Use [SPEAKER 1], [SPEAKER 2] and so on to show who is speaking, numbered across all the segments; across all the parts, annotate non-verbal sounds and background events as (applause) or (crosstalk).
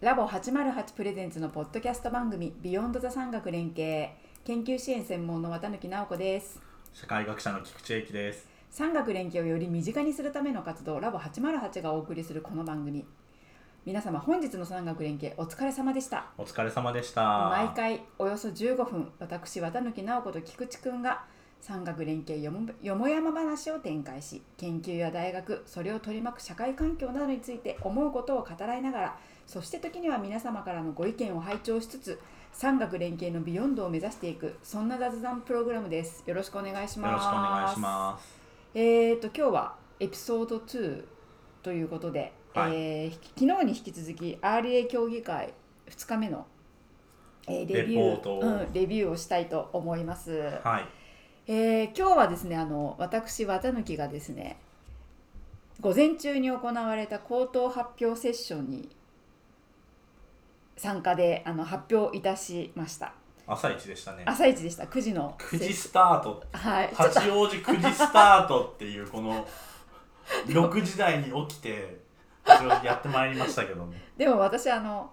[SPEAKER 1] ラボ808プレゼンツのポッドキャスト番組ビヨンドザ産学連携研究支援専門の綿貫直子です
[SPEAKER 2] 社会学者の菊池英樹です
[SPEAKER 1] 産学連携をより身近にするための活動ラボ808がお送りするこの番組皆様本日の産学連携お疲れ様でした
[SPEAKER 2] お疲れ様でした
[SPEAKER 1] 毎回およそ15分私綿貫直子と菊池くんが産学連携よもよもやま話を展開し研究や大学それを取り巻く社会環境などについて思うことを語らいながらそして時には皆様からのご意見を拝聴しつつ産学連携のビヨンドを目指していくそんな雑談プログラムですよろしくお願いします
[SPEAKER 2] よろしくお願いします
[SPEAKER 1] えーと今日はエピソード2ということで、
[SPEAKER 2] はい
[SPEAKER 1] えーひき昨日に引き続き RA 協議会2日目の、えーレビ
[SPEAKER 2] レポ
[SPEAKER 1] ュ
[SPEAKER 2] ート
[SPEAKER 1] ー
[SPEAKER 2] を
[SPEAKER 1] うん、レビューをしたいと思います、
[SPEAKER 2] はい
[SPEAKER 1] えー今日はですねあの私綿貫がですね午前中に行われた口頭発表セッションに参加であの発表いたしました
[SPEAKER 2] 朝一でしたね
[SPEAKER 1] 朝一でした9時の
[SPEAKER 2] 9
[SPEAKER 1] セッシ
[SPEAKER 2] 時スタート
[SPEAKER 1] ョンはいちょっと
[SPEAKER 2] 八王子9時スタートっていうこの6時台に起きて八王子やってまいりましたけ
[SPEAKER 1] (laughs)
[SPEAKER 2] どね
[SPEAKER 1] でも私あの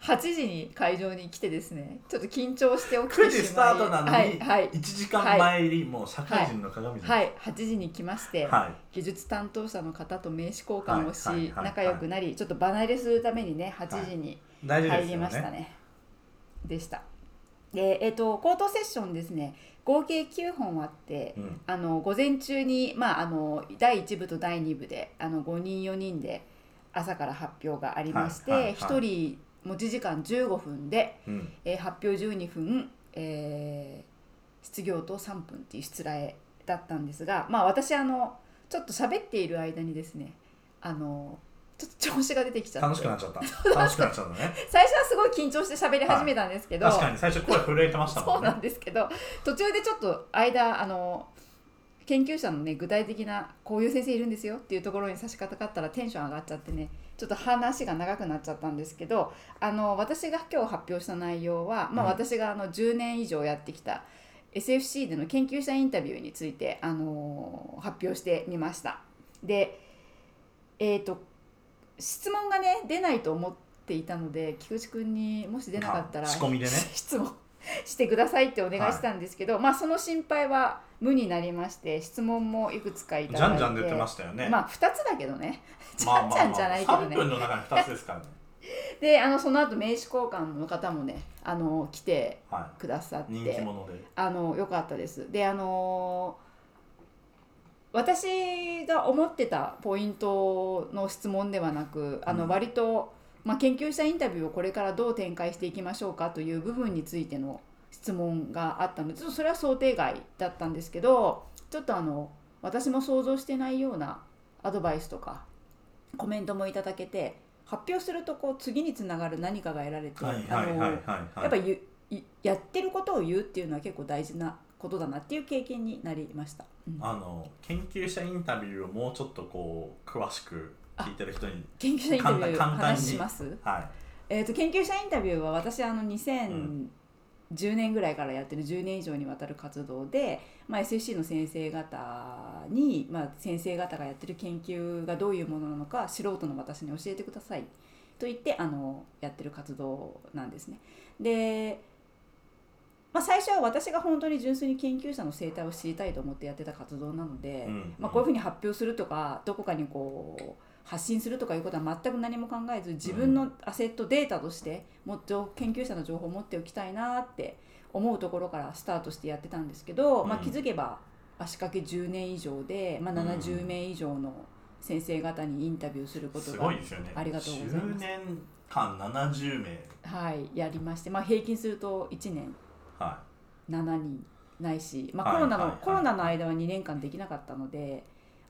[SPEAKER 1] 8時に会場に来てですねちょっと緊張して起きてしま
[SPEAKER 2] 9
[SPEAKER 1] い
[SPEAKER 2] 時スタートなのに
[SPEAKER 1] はいはい
[SPEAKER 2] 1時間前入りもう社会人の鏡じゃん
[SPEAKER 1] はい、8時に来まして、
[SPEAKER 2] はい
[SPEAKER 1] 技術担当者の方と名刺交換をし、
[SPEAKER 2] はいはいはい
[SPEAKER 1] 仲良くなりちょっと離れするためにね8時に
[SPEAKER 2] 大事で
[SPEAKER 1] 入
[SPEAKER 2] す
[SPEAKER 1] り
[SPEAKER 2] よ
[SPEAKER 1] ましたね。
[SPEAKER 2] ね
[SPEAKER 1] でした。で、えっ、と、口頭セッションですね。合計9本あって、
[SPEAKER 2] うん
[SPEAKER 1] あの午前中に、まあ、あの第1部と第2部であの5人4人で朝から発表がありまして、
[SPEAKER 2] はいはいは
[SPEAKER 1] 1
[SPEAKER 2] い
[SPEAKER 1] 人持ち時間15分で、
[SPEAKER 2] うん
[SPEAKER 1] えー発表12分、えー失業と3分っていう失礼だったんですが、まあ、私あのちょっと喋っている間にですねあのちょっと調子が出てきちゃって
[SPEAKER 2] 楽しくなっ
[SPEAKER 1] (laughs)
[SPEAKER 2] ちゃった楽しくなっちゃったね
[SPEAKER 1] 最初はすごい緊張して喋り始めたんですけど、
[SPEAKER 2] 確かに最初声震えてました
[SPEAKER 1] そ
[SPEAKER 2] も
[SPEAKER 1] うんな
[SPEAKER 2] ね
[SPEAKER 1] んですけど途中でちょっと間あの研究者のね具体的なこういう先生いるんですよっていうところに差し掛かったらテンション上がっちゃってねちょっと話が長くなっちゃったんですけどあの私が今日発表した内容は、まあ、
[SPEAKER 2] うん
[SPEAKER 1] 私があの10年以上やってきた SFC での研究者インタビューについて、あの発表してみました。で、えー、と質問がね出ないと思っていたので菊池君にもし出なかったら
[SPEAKER 2] あ仕込みでね
[SPEAKER 1] (laughs) 質問してくださいってお願いしたんですけど、まあその心配は無になりまして質問もいくつかいた
[SPEAKER 2] じ
[SPEAKER 1] だい
[SPEAKER 2] ゃ
[SPEAKER 1] て
[SPEAKER 2] んじゃん出てましたよね
[SPEAKER 1] まあ2つだけどねじ
[SPEAKER 2] (laughs) まあ
[SPEAKER 1] ゃん
[SPEAKER 2] ま
[SPEAKER 1] じ
[SPEAKER 2] あ
[SPEAKER 1] ゃ
[SPEAKER 2] ま
[SPEAKER 1] んじゃな
[SPEAKER 2] あ
[SPEAKER 1] いけど
[SPEAKER 2] 3
[SPEAKER 1] ね、
[SPEAKER 2] 分の中に2つですからね
[SPEAKER 1] であのその後名刺交換の方もねあの来て
[SPEAKER 2] は
[SPEAKER 1] くださっ
[SPEAKER 2] い
[SPEAKER 1] て
[SPEAKER 2] 人気者で
[SPEAKER 1] あの良かったです。であの私が思ってたポイントの質問ではなくあ
[SPEAKER 2] う
[SPEAKER 1] の
[SPEAKER 2] ん
[SPEAKER 1] 割と、まあ、研究者インタビューをこれからどう展開していきましょうかという部分についての質問があったのでちょっとそれは想定外だったんですけどちょっとあの私も想像してないようなアドバイスとかコメントもいただけて発表するとこう次につながる何かが得られて、
[SPEAKER 2] はいはいはいはい
[SPEAKER 1] あの
[SPEAKER 2] はい
[SPEAKER 1] やっぱゆいやってることを言うっていうのは結構大事なことだなっていう経験になりました。うん
[SPEAKER 2] あの研究者インタビューをもうちょっとこう詳しく聞いてる人に、
[SPEAKER 1] 研究者インタビュー
[SPEAKER 2] 簡単簡単に
[SPEAKER 1] 話します。
[SPEAKER 2] は
[SPEAKER 1] えっ、と研究者インタビューは私あの2010年ぐらいからやってる10年以上にわたる活動で、まあ SFC の先生方にまあ先生方がやってる研究がどういうものなのか素人の私に教えてくださいと言ってあのやってる活動なんですね。でまあ、最初は私が本当に純粋に研究者の生態を知りたいと思ってやってた活動なので、
[SPEAKER 2] い、ん
[SPEAKER 1] まあ、こういうふう
[SPEAKER 2] に
[SPEAKER 1] に発表するとかどこかにこう発信するとかいうことは全く何も考えず自分のアセットデータとしてもっと研究者の情報を持っておきたいなって思うところからスタートしてやってたんですけど、まあ、
[SPEAKER 2] うん
[SPEAKER 1] 気づけば足掛け10年以上で、まあ、
[SPEAKER 2] うん
[SPEAKER 1] 70名以上の先生方にインタビューすること
[SPEAKER 2] す
[SPEAKER 1] が、
[SPEAKER 2] ごいですよね
[SPEAKER 1] ありがとうございます
[SPEAKER 2] 10年間70名
[SPEAKER 1] はい、やりまして、まあ、平均すると1年
[SPEAKER 2] は
[SPEAKER 1] 7人ないし、まあ、コ
[SPEAKER 2] はい
[SPEAKER 1] ロナの、
[SPEAKER 2] はいはい
[SPEAKER 1] コロナの間は2年間できなかったので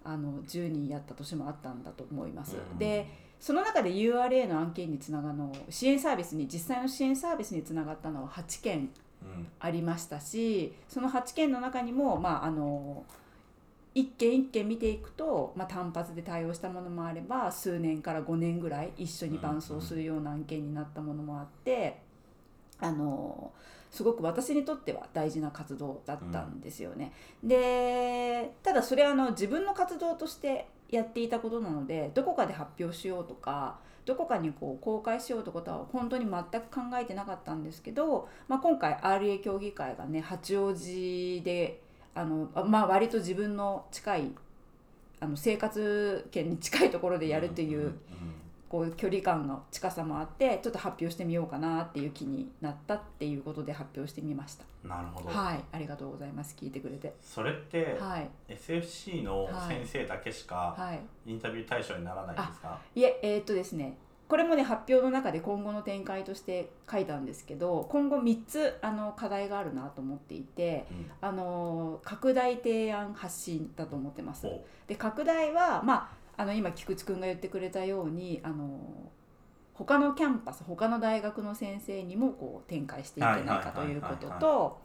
[SPEAKER 1] あの10人やった年もあったんだと思いま
[SPEAKER 2] い
[SPEAKER 1] す。でその中で URA の案件につながの支援サービスに実際の支援サービスにつながったのは8件
[SPEAKER 2] うん
[SPEAKER 1] ありましたしその8件の中にも、まあ、あの一件一件見ていくと、まあ、単発で対応したものもあれば数年から5年ぐらい一緒に伴走するような案件になったものもあって、あのすごく私にとっては大事な活動だったんですよね。でただそれはあの自分の活動としてやっていたことなのでどこかで発表しようとかどこかにこう公開しようということは本当に全く考えてなかったんですけど、まあ、今回 RA 協議会がね八王子であの、まあ、割と自分の近いあの生活圏に近いところでやるという,、こう距離感の近さもあってちょっと発表してみようかなっていう気になったっていうことで発表してみました。
[SPEAKER 2] うんなるほど、
[SPEAKER 1] はい、ありがとうございます。聞いてくれて。
[SPEAKER 2] それって、
[SPEAKER 1] はい
[SPEAKER 2] SFC の先生だけしか
[SPEAKER 1] はい。
[SPEAKER 2] インタビュー対象にならないんですか、
[SPEAKER 1] いえ、えーっとですね。これもね発表の中で今後の展開として書いたんですけど、今後3つあの課題があるなと思っていて、
[SPEAKER 2] うん
[SPEAKER 1] あの拡大提案発信だと思ってます。
[SPEAKER 2] お
[SPEAKER 1] で拡大はまああの今菊池くんが言ってくれたようにあの他のキャンパス他の大学の先生にもこう展開していけないかということ
[SPEAKER 2] はいはいはい
[SPEAKER 1] と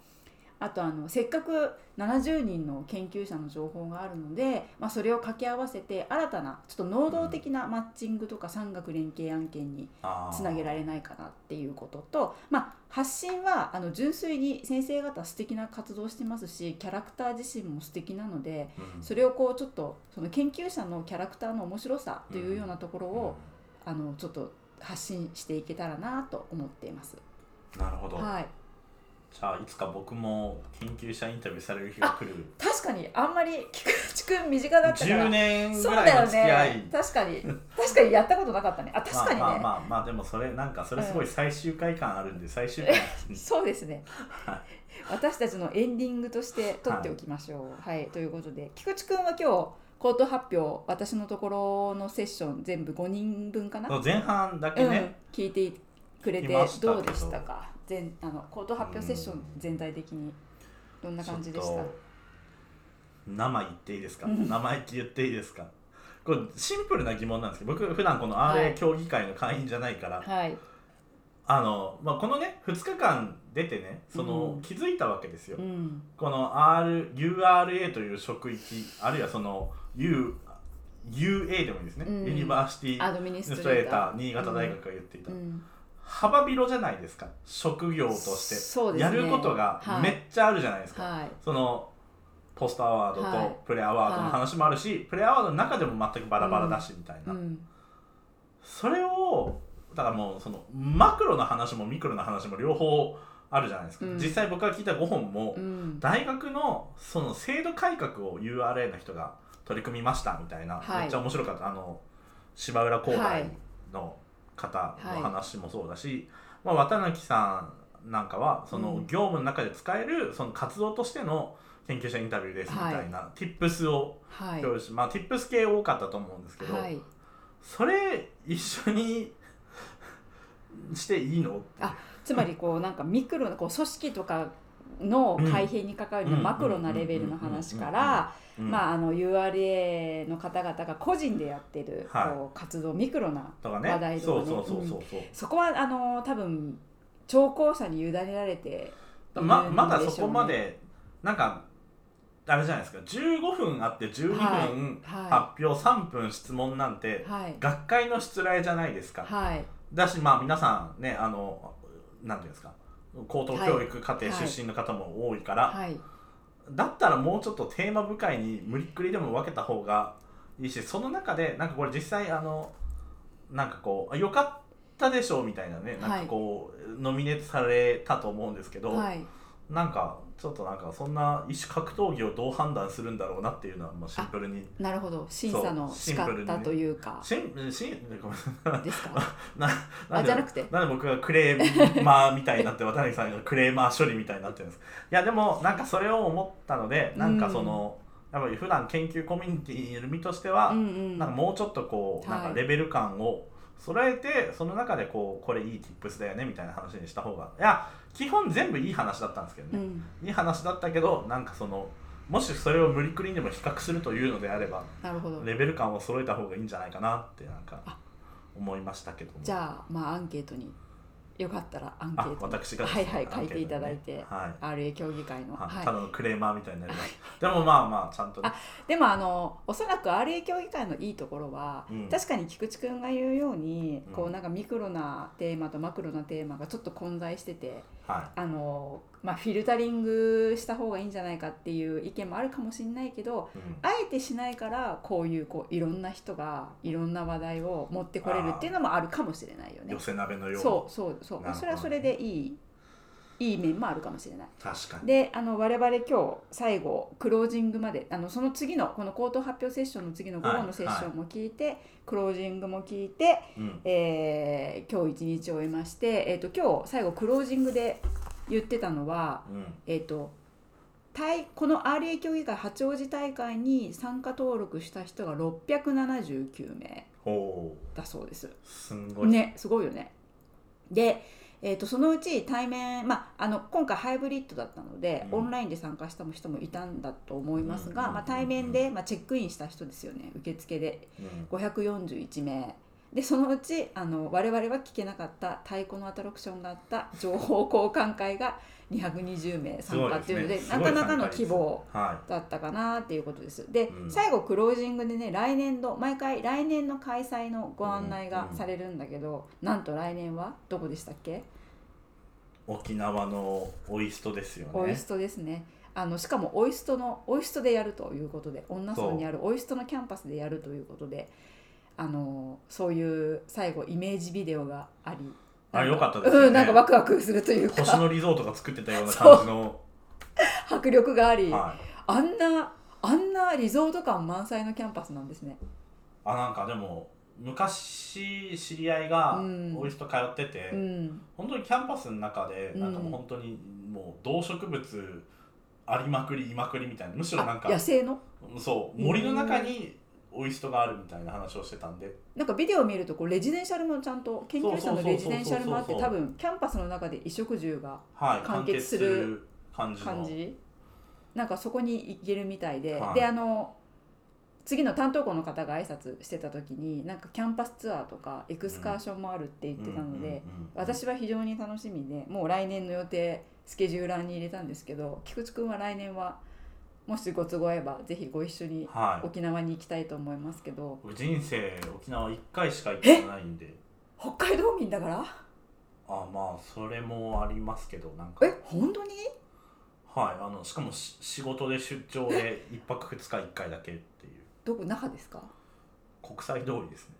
[SPEAKER 1] あとあのせっかく70人の研究者の情報があるので、まあ、それを掛け合わせて新たなちょっと能動的なマッチングとか産学連携案件に
[SPEAKER 2] あー
[SPEAKER 1] つなげられないかなっていうことと、まあ、発信はあの純粋に先生方素敵な活動してますしキャラクター自身も素敵なので
[SPEAKER 2] うん
[SPEAKER 1] それをこうちょっとその研究者のキャラクターの面白さというようなところを、あのちょっと発信していけたらなと思っています。
[SPEAKER 2] うんなるほど、
[SPEAKER 1] はい、
[SPEAKER 2] じゃあいつか僕も研究者インタビューされる日が来る
[SPEAKER 1] 確かにあんまり菊池くん身近だったから
[SPEAKER 2] 10年ぐ
[SPEAKER 1] そう
[SPEAKER 2] らい
[SPEAKER 1] だ
[SPEAKER 2] の
[SPEAKER 1] よ
[SPEAKER 2] 付き合い、
[SPEAKER 1] ね確かに確かにやったことなかったねあ確かにね、
[SPEAKER 2] まあまあまあまあでもそれなんかそれすごい最終回感あるんで最終回に
[SPEAKER 1] そうです
[SPEAKER 2] (laughs)
[SPEAKER 1] ね
[SPEAKER 2] はい
[SPEAKER 1] 私たちのエンディングとして取っておきましょう。はい、ということで菊池くんは今日口頭発表私のところのセッション全部5人分かな
[SPEAKER 2] 前半だけね、
[SPEAKER 1] うん、聞いてくれて
[SPEAKER 2] 聞きましたけ
[SPEAKER 1] ど
[SPEAKER 2] ど
[SPEAKER 1] うでしたか全あの口頭発表セッション全体的にどんな感じでした
[SPEAKER 2] ちょっと生言っていいですか
[SPEAKER 1] うん
[SPEAKER 2] 生意気言っていいですかこれシンプルな疑問なんですけど僕普段この
[SPEAKER 1] はい
[SPEAKER 2] RA 協議会の会員じゃないから、
[SPEAKER 1] はい
[SPEAKER 2] あの、まあ、このね2日間出てねその、
[SPEAKER 1] うん
[SPEAKER 2] 気づいたわけですよ、
[SPEAKER 1] うん
[SPEAKER 2] この R URA という職域あるいはその U UA でもいいですね、
[SPEAKER 1] うん
[SPEAKER 2] ユニバーシティ
[SPEAKER 1] ア
[SPEAKER 2] ア
[SPEAKER 1] ドミニ
[SPEAKER 2] ドミニ
[SPEAKER 1] ス
[SPEAKER 2] ス
[SPEAKER 1] ト
[SPEAKER 2] ト
[SPEAKER 1] レ
[SPEAKER 2] レ
[SPEAKER 1] ー
[SPEAKER 2] ー
[SPEAKER 1] タ
[SPEAKER 2] タ
[SPEAKER 1] ー
[SPEAKER 2] ー新潟大学が言っていた、
[SPEAKER 1] うん
[SPEAKER 2] 幅広じゃないですか職業として
[SPEAKER 1] そうです
[SPEAKER 2] や
[SPEAKER 1] ね
[SPEAKER 2] ることが
[SPEAKER 1] はい
[SPEAKER 2] めっちゃあるじゃないですか、
[SPEAKER 1] はい
[SPEAKER 2] そのポストアワード
[SPEAKER 1] はい
[SPEAKER 2] とプレアワードの話もあるし、プレアワードの中でも全くバラバラだしみたいな、
[SPEAKER 1] うん
[SPEAKER 2] それをだからもうそのマクロの話もミクロの話も両方あるじゃないですか、
[SPEAKER 1] うん
[SPEAKER 2] 実際僕が聞いた5本も、
[SPEAKER 1] うん
[SPEAKER 2] 大学のその制度改革を URA の人が取り組みましたみたいな、
[SPEAKER 1] はい
[SPEAKER 2] めっちゃ面白かったあの芝浦工
[SPEAKER 1] はい
[SPEAKER 2] 大の方の話もそうだし、まあ、綿貫さんなんかはその
[SPEAKER 1] うん
[SPEAKER 2] 業務の中で使えるその活動としての研究者インタビューですみたいな、tips を
[SPEAKER 1] はい
[SPEAKER 2] 用意し、まあ tips 系多かったと思うんですけど、
[SPEAKER 1] はい
[SPEAKER 2] それ一緒にしていいのって
[SPEAKER 1] あつまりこうなんかミクロなこう組織とかの改変に関わる
[SPEAKER 2] うん
[SPEAKER 1] マクロなレベルの話から、
[SPEAKER 2] うん
[SPEAKER 1] まあ、あの URA の方々が個人でやってる
[SPEAKER 2] はい
[SPEAKER 1] こう活動ミクロな
[SPEAKER 2] とかね
[SPEAKER 1] 話題とかね
[SPEAKER 2] そうそうそうそうそう、
[SPEAKER 1] そこはあの多分聴講者に委ねられて
[SPEAKER 2] ま
[SPEAKER 1] うん
[SPEAKER 2] まだ
[SPEAKER 1] でしょう
[SPEAKER 2] そ
[SPEAKER 1] ね
[SPEAKER 2] こまでなんかあれじゃないですか15分あって12分
[SPEAKER 1] は
[SPEAKER 2] 発表3分質問な
[SPEAKER 1] い
[SPEAKER 2] んて
[SPEAKER 1] はい
[SPEAKER 2] 学会の失礼じゃないですか、
[SPEAKER 1] はい
[SPEAKER 2] だしまあ皆さんねあのなんていうんですか高等教育課程
[SPEAKER 1] はい
[SPEAKER 2] 出身の方も多いから、
[SPEAKER 1] はい
[SPEAKER 2] だったらもうちょっとテーマ部会に無理っくりでも分けた方がいいしその中でなんかこれ実際あのなんかこうあ「よかったでしょ」みたいなね、なんかこうノミネートされたと思うんですけど、
[SPEAKER 1] はい
[SPEAKER 2] なんかちょっとなんかそんな一種格闘技をどう判断するんだろうなっていうのはもうシンプルに
[SPEAKER 1] なるほど審査の
[SPEAKER 2] そう
[SPEAKER 1] 仕
[SPEAKER 2] シンプルにね
[SPEAKER 1] 方というか
[SPEAKER 2] シンシンごめん
[SPEAKER 1] ですか
[SPEAKER 2] (laughs) ななん
[SPEAKER 1] あ
[SPEAKER 2] で
[SPEAKER 1] じゃなくて
[SPEAKER 2] なんで僕がクレーマーみたいになって渡辺さんがクレーマー処理みたいになってるんですかいやでもなんかそれを思ったのでなんかその、やっぱり普段研究コミュニティにいる身としては、
[SPEAKER 1] うんうん
[SPEAKER 2] なんかもうちょっとこう
[SPEAKER 1] は
[SPEAKER 2] ないんかレベル感を揃えてその中でこうこれいい tips だよねみたいな話にした方がいや基本全部いい話だったんですけどね、
[SPEAKER 1] うん
[SPEAKER 2] いい話だったけどなんかそのもしそれを無理くりにでも比較するというのであれば
[SPEAKER 1] なるほど
[SPEAKER 2] レベル感を揃えた方がいいんじゃないかなってなんか
[SPEAKER 1] あ
[SPEAKER 2] 思いましたけども
[SPEAKER 1] じゃあまあアンケートによかったらアンケ
[SPEAKER 2] あ
[SPEAKER 1] ートに
[SPEAKER 2] 私がです
[SPEAKER 1] は
[SPEAKER 2] ね
[SPEAKER 1] いはい
[SPEAKER 2] ア
[SPEAKER 1] 書
[SPEAKER 2] ン
[SPEAKER 1] い
[SPEAKER 2] ケート
[SPEAKER 1] て
[SPEAKER 2] に
[SPEAKER 1] いただいて
[SPEAKER 2] はい
[SPEAKER 1] RA 協議会の
[SPEAKER 2] あ
[SPEAKER 1] はい
[SPEAKER 2] ただのクレーマーみたいになりますでもまあまあちゃんとね
[SPEAKER 1] でもあのおそらく RA 協議会のいいところは、
[SPEAKER 2] うん
[SPEAKER 1] 確かに菊池君が言うように、
[SPEAKER 2] うん
[SPEAKER 1] こうなんかミクロなテーマとマクロなテーマがちょっと混在してて、
[SPEAKER 2] は
[SPEAKER 1] あの、まあ、フィルタリングした方がいいんじゃないかっていう意見もあるかもしれないけど
[SPEAKER 2] い、うん
[SPEAKER 1] あえてしないからこういうこういろんな人がいろんな話題を持ってこれるっていうのもあるかもしれないよね
[SPEAKER 2] 寄。せ鍋のように
[SPEAKER 1] そうそうそう、
[SPEAKER 2] なるほどね
[SPEAKER 1] それはそれでいいいい面もあるかもしれない。
[SPEAKER 2] 確かに
[SPEAKER 1] であの我々今日最後クロージングまであのその次のこの口頭発表セッションの次の午後のセッションも聞いて、クロージングも聞いて、
[SPEAKER 2] うん
[SPEAKER 1] えー今日一日終えまして、えー、と今日最後クロージングで言ってたのは、
[SPEAKER 2] うん
[SPEAKER 1] えー、と対この RA 協議会八王子大会に参加登録した人が679名
[SPEAKER 2] ほ
[SPEAKER 1] だそうです。
[SPEAKER 2] うすんごい、
[SPEAKER 1] ね、すごいよね。で、えー、とそのうち対面、まあ、あの今回ハイブリッドだったので、
[SPEAKER 2] うん
[SPEAKER 1] オンラインで参加した人もいたんだと思いますが、
[SPEAKER 2] うんうん
[SPEAKER 1] まあ、対面で、まあ、チェックインした人ですよね受付で
[SPEAKER 2] うん
[SPEAKER 1] 541名でそのうちあの我々は聞けなかった太鼓のアトラクションがあった情報交換会が220名参加っていうので
[SPEAKER 2] そうですね
[SPEAKER 1] なかなか
[SPEAKER 2] すごい参加
[SPEAKER 1] の
[SPEAKER 2] 率
[SPEAKER 1] 希望。
[SPEAKER 2] は
[SPEAKER 1] だったかなっていうことです。で、
[SPEAKER 2] うん
[SPEAKER 1] 最後クロージングでね来年度毎回来年の開催のご案内が
[SPEAKER 2] うん
[SPEAKER 1] されるんだけど、なんと来年はどこでしたっけ、
[SPEAKER 2] い沖縄のオイストですよね
[SPEAKER 1] オイストですね。あのしかもオイストのオイストでやるということで女村にあるオイストのキャンパスでやるということであのそういう最後イメージビデオがあり
[SPEAKER 2] あよかったですよね
[SPEAKER 1] うん、なんかワクワクするという
[SPEAKER 2] 星
[SPEAKER 1] か
[SPEAKER 2] 野リゾートが作ってたような感じ
[SPEAKER 1] (laughs)
[SPEAKER 2] の、
[SPEAKER 1] 迫力があり、
[SPEAKER 2] はい、
[SPEAKER 1] あんなあんなリゾート感満載のキャンパスなんですね。
[SPEAKER 2] あなんかでも昔知り合いが
[SPEAKER 1] うん
[SPEAKER 2] オイスト通ってて、
[SPEAKER 1] うん、
[SPEAKER 2] 本当にキャンパスの中でなんかもう本当にもう動植物ありまくりいまくりみたいなむしろなん
[SPEAKER 1] あ
[SPEAKER 2] か
[SPEAKER 1] 野生の
[SPEAKER 2] そう森の中にオイストがあるみたいな話をしてたんで
[SPEAKER 1] なんかビデオを見るとこうレジデンシャルもちゃんと研究者のレジデンシャルもあって
[SPEAKER 2] そうそうそうそうそう
[SPEAKER 1] 多分キャンパスの中で衣食住が
[SPEAKER 2] はい
[SPEAKER 1] 完結する
[SPEAKER 2] 完結する
[SPEAKER 1] 感
[SPEAKER 2] 感じの
[SPEAKER 1] じなんかそこに行けるみたいで、
[SPEAKER 2] はい
[SPEAKER 1] であの次の担当校の方が挨拶してた時になんかキャンパスツアーとかエクスカーションもあるって言ってたので、
[SPEAKER 2] うんうんうんうん
[SPEAKER 1] 私は非常に楽しみでもう来年の予定スケジューラーに入れたんですけど菊池君は来年はもしご都合合えばぜひご一緒に
[SPEAKER 2] はい
[SPEAKER 1] 沖縄に行きたいと思いますけど
[SPEAKER 2] 僕人生沖縄1回しか行ってないんで
[SPEAKER 1] 北海道民だから
[SPEAKER 2] あまあそれもありますけどなんか
[SPEAKER 1] え本当に
[SPEAKER 2] はいあのしかもし仕事で出
[SPEAKER 1] (laughs)
[SPEAKER 2] 張で1泊2日1回だけっていう
[SPEAKER 1] どこ那覇です
[SPEAKER 2] (laughs)
[SPEAKER 1] か
[SPEAKER 2] 国際通りですね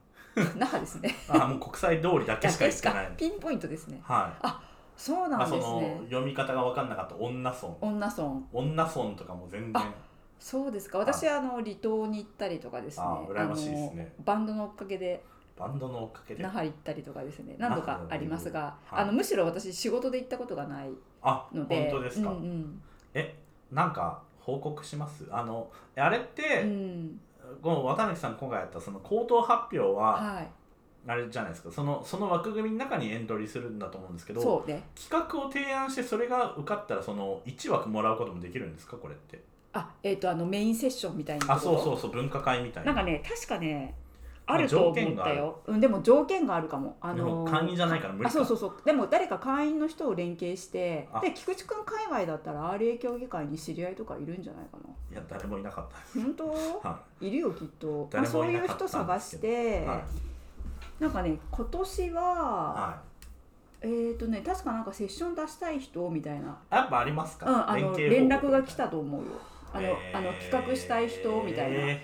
[SPEAKER 1] 那覇ですね
[SPEAKER 2] あもう国際通りだけしか行ってない
[SPEAKER 1] ピンポイントですね
[SPEAKER 2] はい
[SPEAKER 1] そう
[SPEAKER 2] ま
[SPEAKER 1] な
[SPEAKER 2] あ、
[SPEAKER 1] ん
[SPEAKER 2] そ
[SPEAKER 1] です
[SPEAKER 2] の
[SPEAKER 1] ね
[SPEAKER 2] 読み方が分かんなかった女村
[SPEAKER 1] 女村
[SPEAKER 2] 女村とかも全然
[SPEAKER 1] あそうですか私あの離島に行ったりとかですね
[SPEAKER 2] あ羨ましいですね
[SPEAKER 1] あのバンドのおかげで
[SPEAKER 2] バンドのおかげで
[SPEAKER 1] 那覇行ったりとかですね何度かありますが、
[SPEAKER 2] 那覇は
[SPEAKER 1] あ
[SPEAKER 2] い
[SPEAKER 1] のむしろ私仕事で行ったことがない
[SPEAKER 2] あ
[SPEAKER 1] の
[SPEAKER 2] 本
[SPEAKER 1] で
[SPEAKER 2] 当ですか、
[SPEAKER 1] うんうん
[SPEAKER 2] なんか報告しますあのあれっ
[SPEAKER 1] う
[SPEAKER 2] て、
[SPEAKER 1] ん、
[SPEAKER 2] この渡辺さん今回やったその口頭発表は
[SPEAKER 1] はい
[SPEAKER 2] あれじゃないですかそのその枠組みの中にエントリーするんだと思うんですけど
[SPEAKER 1] そうね
[SPEAKER 2] 企画を提案してそれが受かったらその1枠もらうこともできるんですかこれって
[SPEAKER 1] あえっ、とあのメインセッションみたいな
[SPEAKER 2] あそうそううそう分科会みたい
[SPEAKER 1] な
[SPEAKER 2] なん
[SPEAKER 1] かね確かね
[SPEAKER 2] まあ
[SPEAKER 1] あると
[SPEAKER 2] 条件
[SPEAKER 1] 思っ
[SPEAKER 2] が
[SPEAKER 1] たよ、うん、でも条件があるかもあ
[SPEAKER 2] で
[SPEAKER 1] の
[SPEAKER 2] も会員じゃないから無理か
[SPEAKER 1] あそうそうそうでも誰か会員の人を連携して
[SPEAKER 2] あ
[SPEAKER 1] で菊池君界隈だったら RA 協議会に知り合いとかいるんじゃないかない
[SPEAKER 2] や誰もいなかったです、
[SPEAKER 1] 本
[SPEAKER 2] (laughs)
[SPEAKER 1] 当
[SPEAKER 2] はい
[SPEAKER 1] るよきっと、まあ、
[SPEAKER 2] 誰
[SPEAKER 1] そ
[SPEAKER 2] も
[SPEAKER 1] う
[SPEAKER 2] い
[SPEAKER 1] い
[SPEAKER 2] な
[SPEAKER 1] う
[SPEAKER 2] かったんですけ
[SPEAKER 1] 人
[SPEAKER 2] ど
[SPEAKER 1] 探して、
[SPEAKER 2] い、はい
[SPEAKER 1] なんかね今年は、
[SPEAKER 2] はい
[SPEAKER 1] えっ、ー、とね確かなんかセッション出したい人みたいな、
[SPEAKER 2] やっぱあります
[SPEAKER 1] う
[SPEAKER 2] か、
[SPEAKER 1] ん、あの
[SPEAKER 2] 連携
[SPEAKER 1] 連
[SPEAKER 2] 方
[SPEAKER 1] 絡
[SPEAKER 2] 法
[SPEAKER 1] が来たと思うよあの,、
[SPEAKER 2] えー
[SPEAKER 1] あの企画したい人みたいな、
[SPEAKER 2] で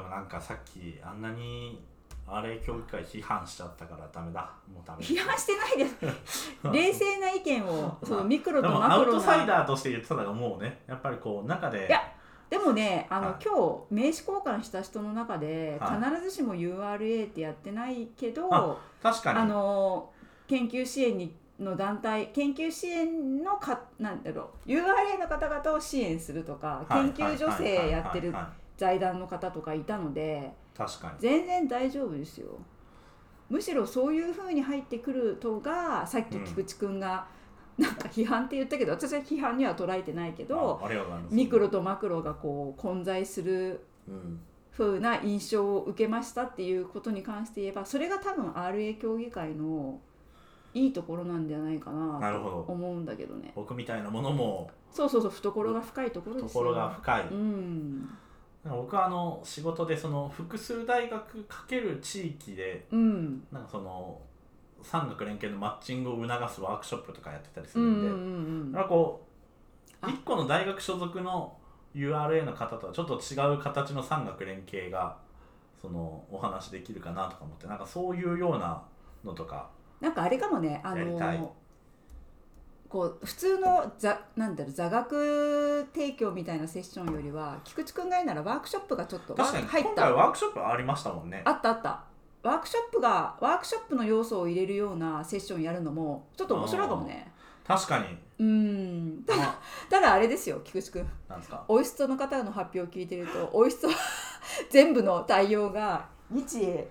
[SPEAKER 2] もなんかさっきあんなにあれ教育会批判しちゃったからダメだもうダメ
[SPEAKER 1] 批判してないです
[SPEAKER 2] (laughs)
[SPEAKER 1] 冷静な意見をそのミクロ
[SPEAKER 2] で
[SPEAKER 1] と
[SPEAKER 2] も
[SPEAKER 1] マ
[SPEAKER 2] ア
[SPEAKER 1] ク
[SPEAKER 2] ウ
[SPEAKER 1] ロ
[SPEAKER 2] トサイ
[SPEAKER 1] な
[SPEAKER 2] ダーとして言ってたのがもうねやっぱりこう中で
[SPEAKER 1] いやでもねあの、
[SPEAKER 2] はい
[SPEAKER 1] 今日名刺交換した人の中で、
[SPEAKER 2] はい
[SPEAKER 1] 必ずしも URA ってやってないけど
[SPEAKER 2] あ確かに
[SPEAKER 1] あの研究支援にの団体研究支援のかなんだろう URA の方々を支援するとか、
[SPEAKER 2] はい
[SPEAKER 1] 研究助成やって
[SPEAKER 2] はい
[SPEAKER 1] る
[SPEAKER 2] はいは
[SPEAKER 1] 財団の方とかいたので
[SPEAKER 2] い確かに
[SPEAKER 1] 全然大丈夫ですよむしろそういう風に入ってくるとがさっき菊池君が、なんか批判って言ったけど私は批判には捉えてないけど
[SPEAKER 2] あありがとうございます
[SPEAKER 1] ミクロ、とマクロがこう混在する
[SPEAKER 2] うん、
[SPEAKER 1] 風な印象を受けましたっていうことに関して言えばそれが多分 RA 協議会のいいところなんじゃないか
[SPEAKER 2] な
[SPEAKER 1] な
[SPEAKER 2] る
[SPEAKER 1] と
[SPEAKER 2] ほど
[SPEAKER 1] 思うんだけどね
[SPEAKER 2] 僕みたいなものも
[SPEAKER 1] そうそうそう懐が深いところ
[SPEAKER 2] と
[SPEAKER 1] です
[SPEAKER 2] ころが深い、
[SPEAKER 1] うん
[SPEAKER 2] 僕はあの仕事でその複数大学かける地域で
[SPEAKER 1] うん
[SPEAKER 2] なんかその産学連携のマッチングを促すワークショップとかやってたりす
[SPEAKER 1] う
[SPEAKER 2] る
[SPEAKER 1] んうん
[SPEAKER 2] で、
[SPEAKER 1] ん
[SPEAKER 2] なんかこう
[SPEAKER 1] あ
[SPEAKER 2] 1個の大学所属の URA の方とはちょっと違う形の産学連携がそのお話できるかなとか思ってなんかそういうようなのとか
[SPEAKER 1] なんかあれかもねあ
[SPEAKER 2] やりたい
[SPEAKER 1] のこう普通の座なんだろう座学提供みたいなセッションよりは菊池くんがいいならワークショップがちょっと
[SPEAKER 2] 確かに
[SPEAKER 1] 入っ
[SPEAKER 2] 今回
[SPEAKER 1] た
[SPEAKER 2] ワークショップありましたもんね
[SPEAKER 1] あったあったワークショップがワークショップの要素を入れるようなセッションやるのもちょっと面白いかもね
[SPEAKER 2] 確かに、
[SPEAKER 1] うんた
[SPEAKER 2] ま
[SPEAKER 1] ただあれですよ菊池くん
[SPEAKER 2] あ、なんですか
[SPEAKER 1] オイストの方の発表を聞いてるとオイスト (laughs) 全部の対応が日英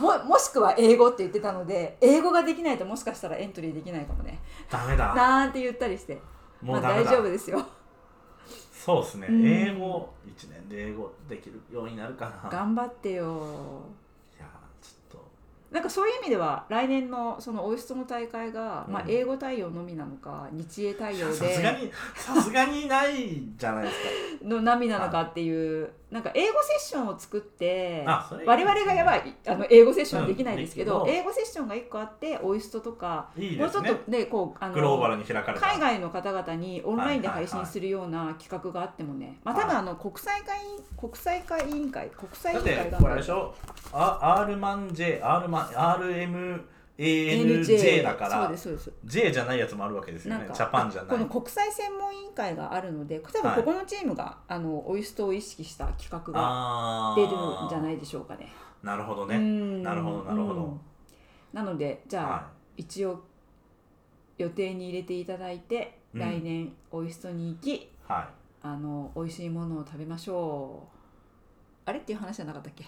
[SPEAKER 1] ももしくは英語って言ってたので英語ができないともしかしたらエントリーできないかもね
[SPEAKER 2] ダメだ
[SPEAKER 1] なんて言ったりして
[SPEAKER 2] も
[SPEAKER 1] まあ
[SPEAKER 2] うダメ
[SPEAKER 1] 大
[SPEAKER 2] だ、
[SPEAKER 1] 丈夫ですよ
[SPEAKER 2] そうですね、
[SPEAKER 1] うん
[SPEAKER 2] 英語1年で英語できるようになるかな
[SPEAKER 1] 頑張ってよ
[SPEAKER 2] いやーちょっと
[SPEAKER 1] なんかそういう意味では来年のそのオイストの大会が、まあ
[SPEAKER 2] う、ん
[SPEAKER 1] 英語対応のみなのか日英対応
[SPEAKER 2] さすが
[SPEAKER 1] で
[SPEAKER 2] にさすがにないじゃな
[SPEAKER 1] (laughs)
[SPEAKER 2] いですか
[SPEAKER 1] のなみなのかっていうなんか英語セッションを作って
[SPEAKER 2] あそれいい
[SPEAKER 1] 我々がやば
[SPEAKER 2] い
[SPEAKER 1] いあの英語セッションはできないですけ
[SPEAKER 2] う
[SPEAKER 1] ど
[SPEAKER 2] んでき
[SPEAKER 1] 英語セッションが1個あってオイストとか
[SPEAKER 2] いい
[SPEAKER 1] も
[SPEAKER 2] で
[SPEAKER 1] うちょ
[SPEAKER 2] す
[SPEAKER 1] っ
[SPEAKER 2] ね
[SPEAKER 1] とねこうあの
[SPEAKER 2] グローバルに開かれた
[SPEAKER 1] 海外の方々にオンラインで
[SPEAKER 2] はいはいは
[SPEAKER 1] 配信
[SPEAKER 2] い
[SPEAKER 1] するような企画があってもね、まあ、
[SPEAKER 2] はい
[SPEAKER 1] ただあの国際会員国際会委員会国際委
[SPEAKER 2] だ
[SPEAKER 1] 員
[SPEAKER 2] っ
[SPEAKER 1] 会
[SPEAKER 2] て
[SPEAKER 1] が
[SPEAKER 2] これあれでしょあ R マン J R マン RMANJ
[SPEAKER 1] NJ
[SPEAKER 2] だか
[SPEAKER 1] そう
[SPEAKER 2] ら
[SPEAKER 1] ですそうです
[SPEAKER 2] J じゃないやつもあるわけですよ
[SPEAKER 1] な
[SPEAKER 2] ね
[SPEAKER 1] んか
[SPEAKER 2] ジャパンじゃな
[SPEAKER 1] この
[SPEAKER 2] い
[SPEAKER 1] 国際専門委員会があるので多分
[SPEAKER 2] はい
[SPEAKER 1] ここのチームが、あのオイストを意識した企画が
[SPEAKER 2] あ
[SPEAKER 1] 出るんじゃないいでしょうかね。
[SPEAKER 2] なるほど
[SPEAKER 1] う
[SPEAKER 2] ね
[SPEAKER 1] ん
[SPEAKER 2] なるほどなるほど
[SPEAKER 1] うんなのでじゃあ、
[SPEAKER 2] は
[SPEAKER 1] 一応予定に入れていただいて、
[SPEAKER 2] うん
[SPEAKER 1] 来年オイストに行き
[SPEAKER 2] いは
[SPEAKER 1] あの美味しいものを食べましょうあれっていう話じゃなかったっけ
[SPEAKER 2] い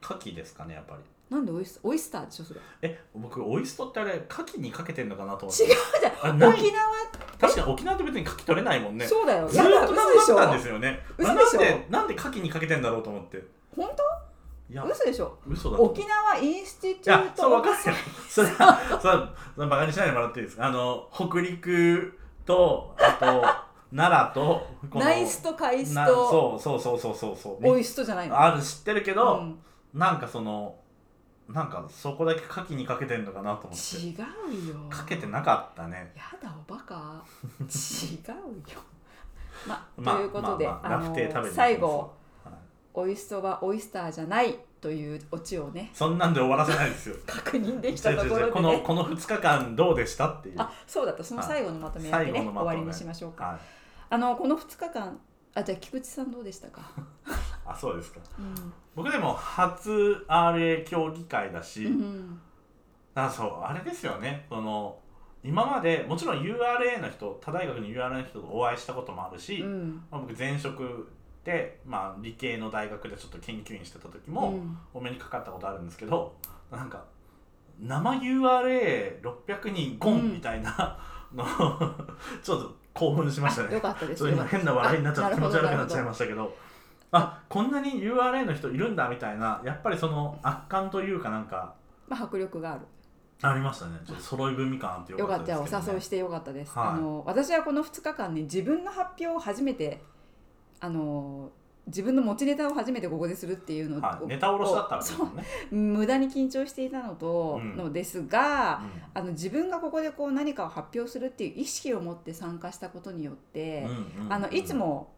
[SPEAKER 2] 牡蠣ですかねやっぱり
[SPEAKER 1] なんでオイスオイスターでしょそれ
[SPEAKER 2] え僕オイストってあれ牡蠣にかけてんのかなと思って
[SPEAKER 1] 違うじゃん
[SPEAKER 2] あ
[SPEAKER 1] 沖
[SPEAKER 2] ない
[SPEAKER 1] 縄
[SPEAKER 2] 確かに沖縄って別に牡蠣取れないもんね
[SPEAKER 1] そうだよ
[SPEAKER 2] ずーっと
[SPEAKER 1] やだ
[SPEAKER 2] なく
[SPEAKER 1] 嘘
[SPEAKER 2] なったん
[SPEAKER 1] で
[SPEAKER 2] で
[SPEAKER 1] し
[SPEAKER 2] すよね
[SPEAKER 1] 嘘
[SPEAKER 2] な
[SPEAKER 1] で
[SPEAKER 2] ん
[SPEAKER 1] しょ
[SPEAKER 2] でなんで牡蠣にかけてんだろうと思って
[SPEAKER 1] ょ本
[SPEAKER 2] いや
[SPEAKER 1] 当嘘でしょ
[SPEAKER 2] 嘘だと思う
[SPEAKER 1] 沖縄インスティ
[SPEAKER 2] い
[SPEAKER 1] チュ
[SPEAKER 2] や
[SPEAKER 1] ー、
[SPEAKER 2] そう、
[SPEAKER 1] ト
[SPEAKER 2] わかる
[SPEAKER 1] (laughs)
[SPEAKER 2] よ。それは、それは、それバカにしないでもらっていいですか。あの、北陸と、あと、奈良と、この
[SPEAKER 1] ナイスとカイス
[SPEAKER 2] な
[SPEAKER 1] と
[SPEAKER 2] そうそうそうそうそうそう。
[SPEAKER 1] オイストじゃないの
[SPEAKER 2] ある、知ってるけど、
[SPEAKER 1] うん
[SPEAKER 2] なんかその、なんかそこだけ牡蠣にかけてんのかなと思って。
[SPEAKER 1] 違うよ
[SPEAKER 2] かけてなかったね。
[SPEAKER 1] やだおバカ違う
[SPEAKER 2] (laughs)
[SPEAKER 1] よま
[SPEAKER 2] まあ、
[SPEAKER 1] ということで
[SPEAKER 2] まあまあ、
[SPEAKER 1] あ
[SPEAKER 2] ラ
[SPEAKER 1] の
[SPEAKER 2] フテー食べに行きます
[SPEAKER 1] 最後。
[SPEAKER 2] はい
[SPEAKER 1] オイストはオイスターじゃないというオチをね
[SPEAKER 2] そんなんで終わらせないですよ。
[SPEAKER 1] 確認でき
[SPEAKER 2] 違
[SPEAKER 1] た
[SPEAKER 2] う
[SPEAKER 1] と
[SPEAKER 2] 違
[SPEAKER 1] こ
[SPEAKER 2] う (laughs) 違う
[SPEAKER 1] ろ
[SPEAKER 2] こ
[SPEAKER 1] で
[SPEAKER 2] の
[SPEAKER 1] ね
[SPEAKER 2] この2日間どうでしたっていう。
[SPEAKER 1] あそうだったその最後のまとめやってね
[SPEAKER 2] 最後のまとめ
[SPEAKER 1] 終わりにしましょうか、
[SPEAKER 2] はい、
[SPEAKER 1] あのこの2日間あじゃあ菊池さんどうでしたか、
[SPEAKER 2] あ、そうですか。
[SPEAKER 1] うん
[SPEAKER 2] 僕でも初 RA 協議会だし、
[SPEAKER 1] うん
[SPEAKER 2] あそうあれですよねその今までもちろん URA の人他大学の URA の人とお会いしたこともあるし、
[SPEAKER 1] うん
[SPEAKER 2] まあ、僕前職で、まあ、理系の大学でちょっと研究員してた時
[SPEAKER 1] う
[SPEAKER 2] も
[SPEAKER 1] ん
[SPEAKER 2] お目にかかったことあるんですけどなんか生 URA600 人ゴンみたいなの、 (laughs) ちょっと興奮しました
[SPEAKER 1] あよ
[SPEAKER 2] ね。
[SPEAKER 1] かったです
[SPEAKER 2] そう今変な笑いになっちゃって気持ち悪くなっちゃいま
[SPEAKER 1] し
[SPEAKER 2] したけど。あこんなに URA の人いるんだみたいなやっぱりその圧巻というかなんか
[SPEAKER 1] たまあ迫力がある
[SPEAKER 2] ありましたね。ちょっと揃い踏み感あってよ
[SPEAKER 1] よ
[SPEAKER 2] か
[SPEAKER 1] か
[SPEAKER 2] っ
[SPEAKER 1] ったた
[SPEAKER 2] です
[SPEAKER 1] よ
[SPEAKER 2] け
[SPEAKER 1] お
[SPEAKER 2] ど、ね。
[SPEAKER 1] 誘いしてよかったです、
[SPEAKER 2] はい
[SPEAKER 1] あの私はこの2日間ね自分の発表を初めてあの自分の持ちネタを初めてここでするっていうのを、
[SPEAKER 2] はい、ネタおろしだったんですもんね。
[SPEAKER 1] 無駄に緊張していたのと、
[SPEAKER 2] うん
[SPEAKER 1] のですが、
[SPEAKER 2] うん
[SPEAKER 1] あの自分がここでこう何かを発表するっていう意識を持って参加したことによって、
[SPEAKER 2] うんうん
[SPEAKER 1] あのいつも、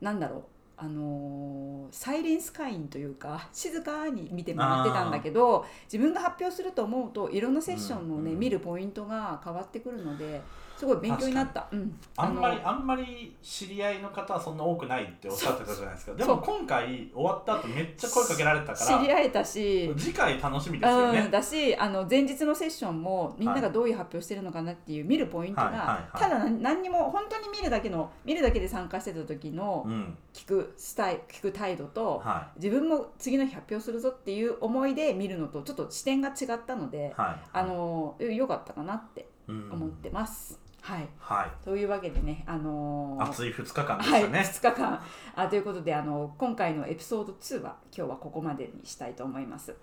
[SPEAKER 1] なんだろうあのーサイレンス会員というか (laughs) 静かに見てもらってたんだけど自分が発表すると思うといろんなセッションのね、
[SPEAKER 2] うんうん
[SPEAKER 1] 見るポイントが変わってくるのですごい勉強になった。うん、
[SPEAKER 2] あんまり
[SPEAKER 1] の
[SPEAKER 2] あんまり知り合いの方はそんな多くないっておっしゃってたじゃないですか。で
[SPEAKER 1] う
[SPEAKER 2] も今回終わった後めっちゃ声かけられた
[SPEAKER 1] 知
[SPEAKER 2] から
[SPEAKER 1] り合えたし、
[SPEAKER 2] 次回楽しみですよ
[SPEAKER 1] うん、
[SPEAKER 2] ね。
[SPEAKER 1] だしあの前日のセッションもみんながどういう発表してるのかなっていう見るポイントが、
[SPEAKER 2] はいはいはい
[SPEAKER 1] ただ何何にも本当に見るだけの見るだけで参加してた時の
[SPEAKER 2] うん、
[SPEAKER 1] 聞くスタイル聞く態度と
[SPEAKER 2] は
[SPEAKER 1] 自分も次の日発表するぞっていう思いで見るのとちょっと視点が違ったの
[SPEAKER 2] い
[SPEAKER 1] で、
[SPEAKER 2] はい。
[SPEAKER 1] あの良かったかなって
[SPEAKER 2] うん
[SPEAKER 1] 思ってます。はい
[SPEAKER 2] はい。
[SPEAKER 1] というわけでね、あのー
[SPEAKER 2] 熱い2日間でし
[SPEAKER 1] はい、
[SPEAKER 2] たね。
[SPEAKER 1] 2日間あということであの今回のエピソード2は今日はここまでにしたいと思います。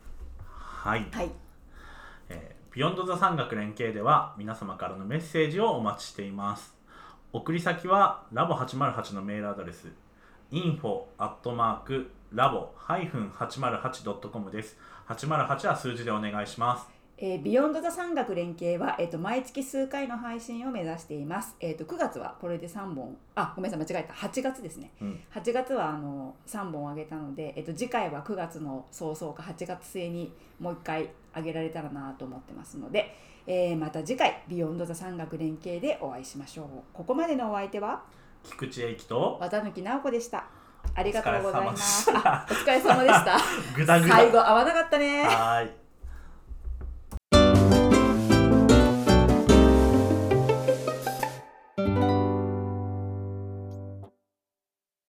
[SPEAKER 2] はい。
[SPEAKER 1] はい、
[SPEAKER 2] えービヨンドザ産学連携では皆様からのメッセージをお待ちしています。送り先はラボ808のメールアドレス info アットマークラボ -808.com です。808は数字でお願いします。
[SPEAKER 1] えー、ビヨンド・ザ産学連携は、えー、と毎月数回の配信を目指しています、えー、と9月はこれで3本あごめんなさい間違えた8月ですね、
[SPEAKER 2] うん
[SPEAKER 1] 8月はあの3本上げたので、えー、と次回は9月の早々か8月末にもう1回上げられたらなと思ってますので、えーまた次回「ビヨンド・ザ産学連携」でお会いしましょうここまでのお相手は
[SPEAKER 2] 菊池英樹と
[SPEAKER 1] 綿貫直子でしたありがとうございます
[SPEAKER 2] お疲れ様でした
[SPEAKER 1] (laughs) あ
[SPEAKER 2] (laughs)
[SPEAKER 1] お疲れ様でした
[SPEAKER 2] グダグダ
[SPEAKER 1] 最後合わなかったね
[SPEAKER 2] はーい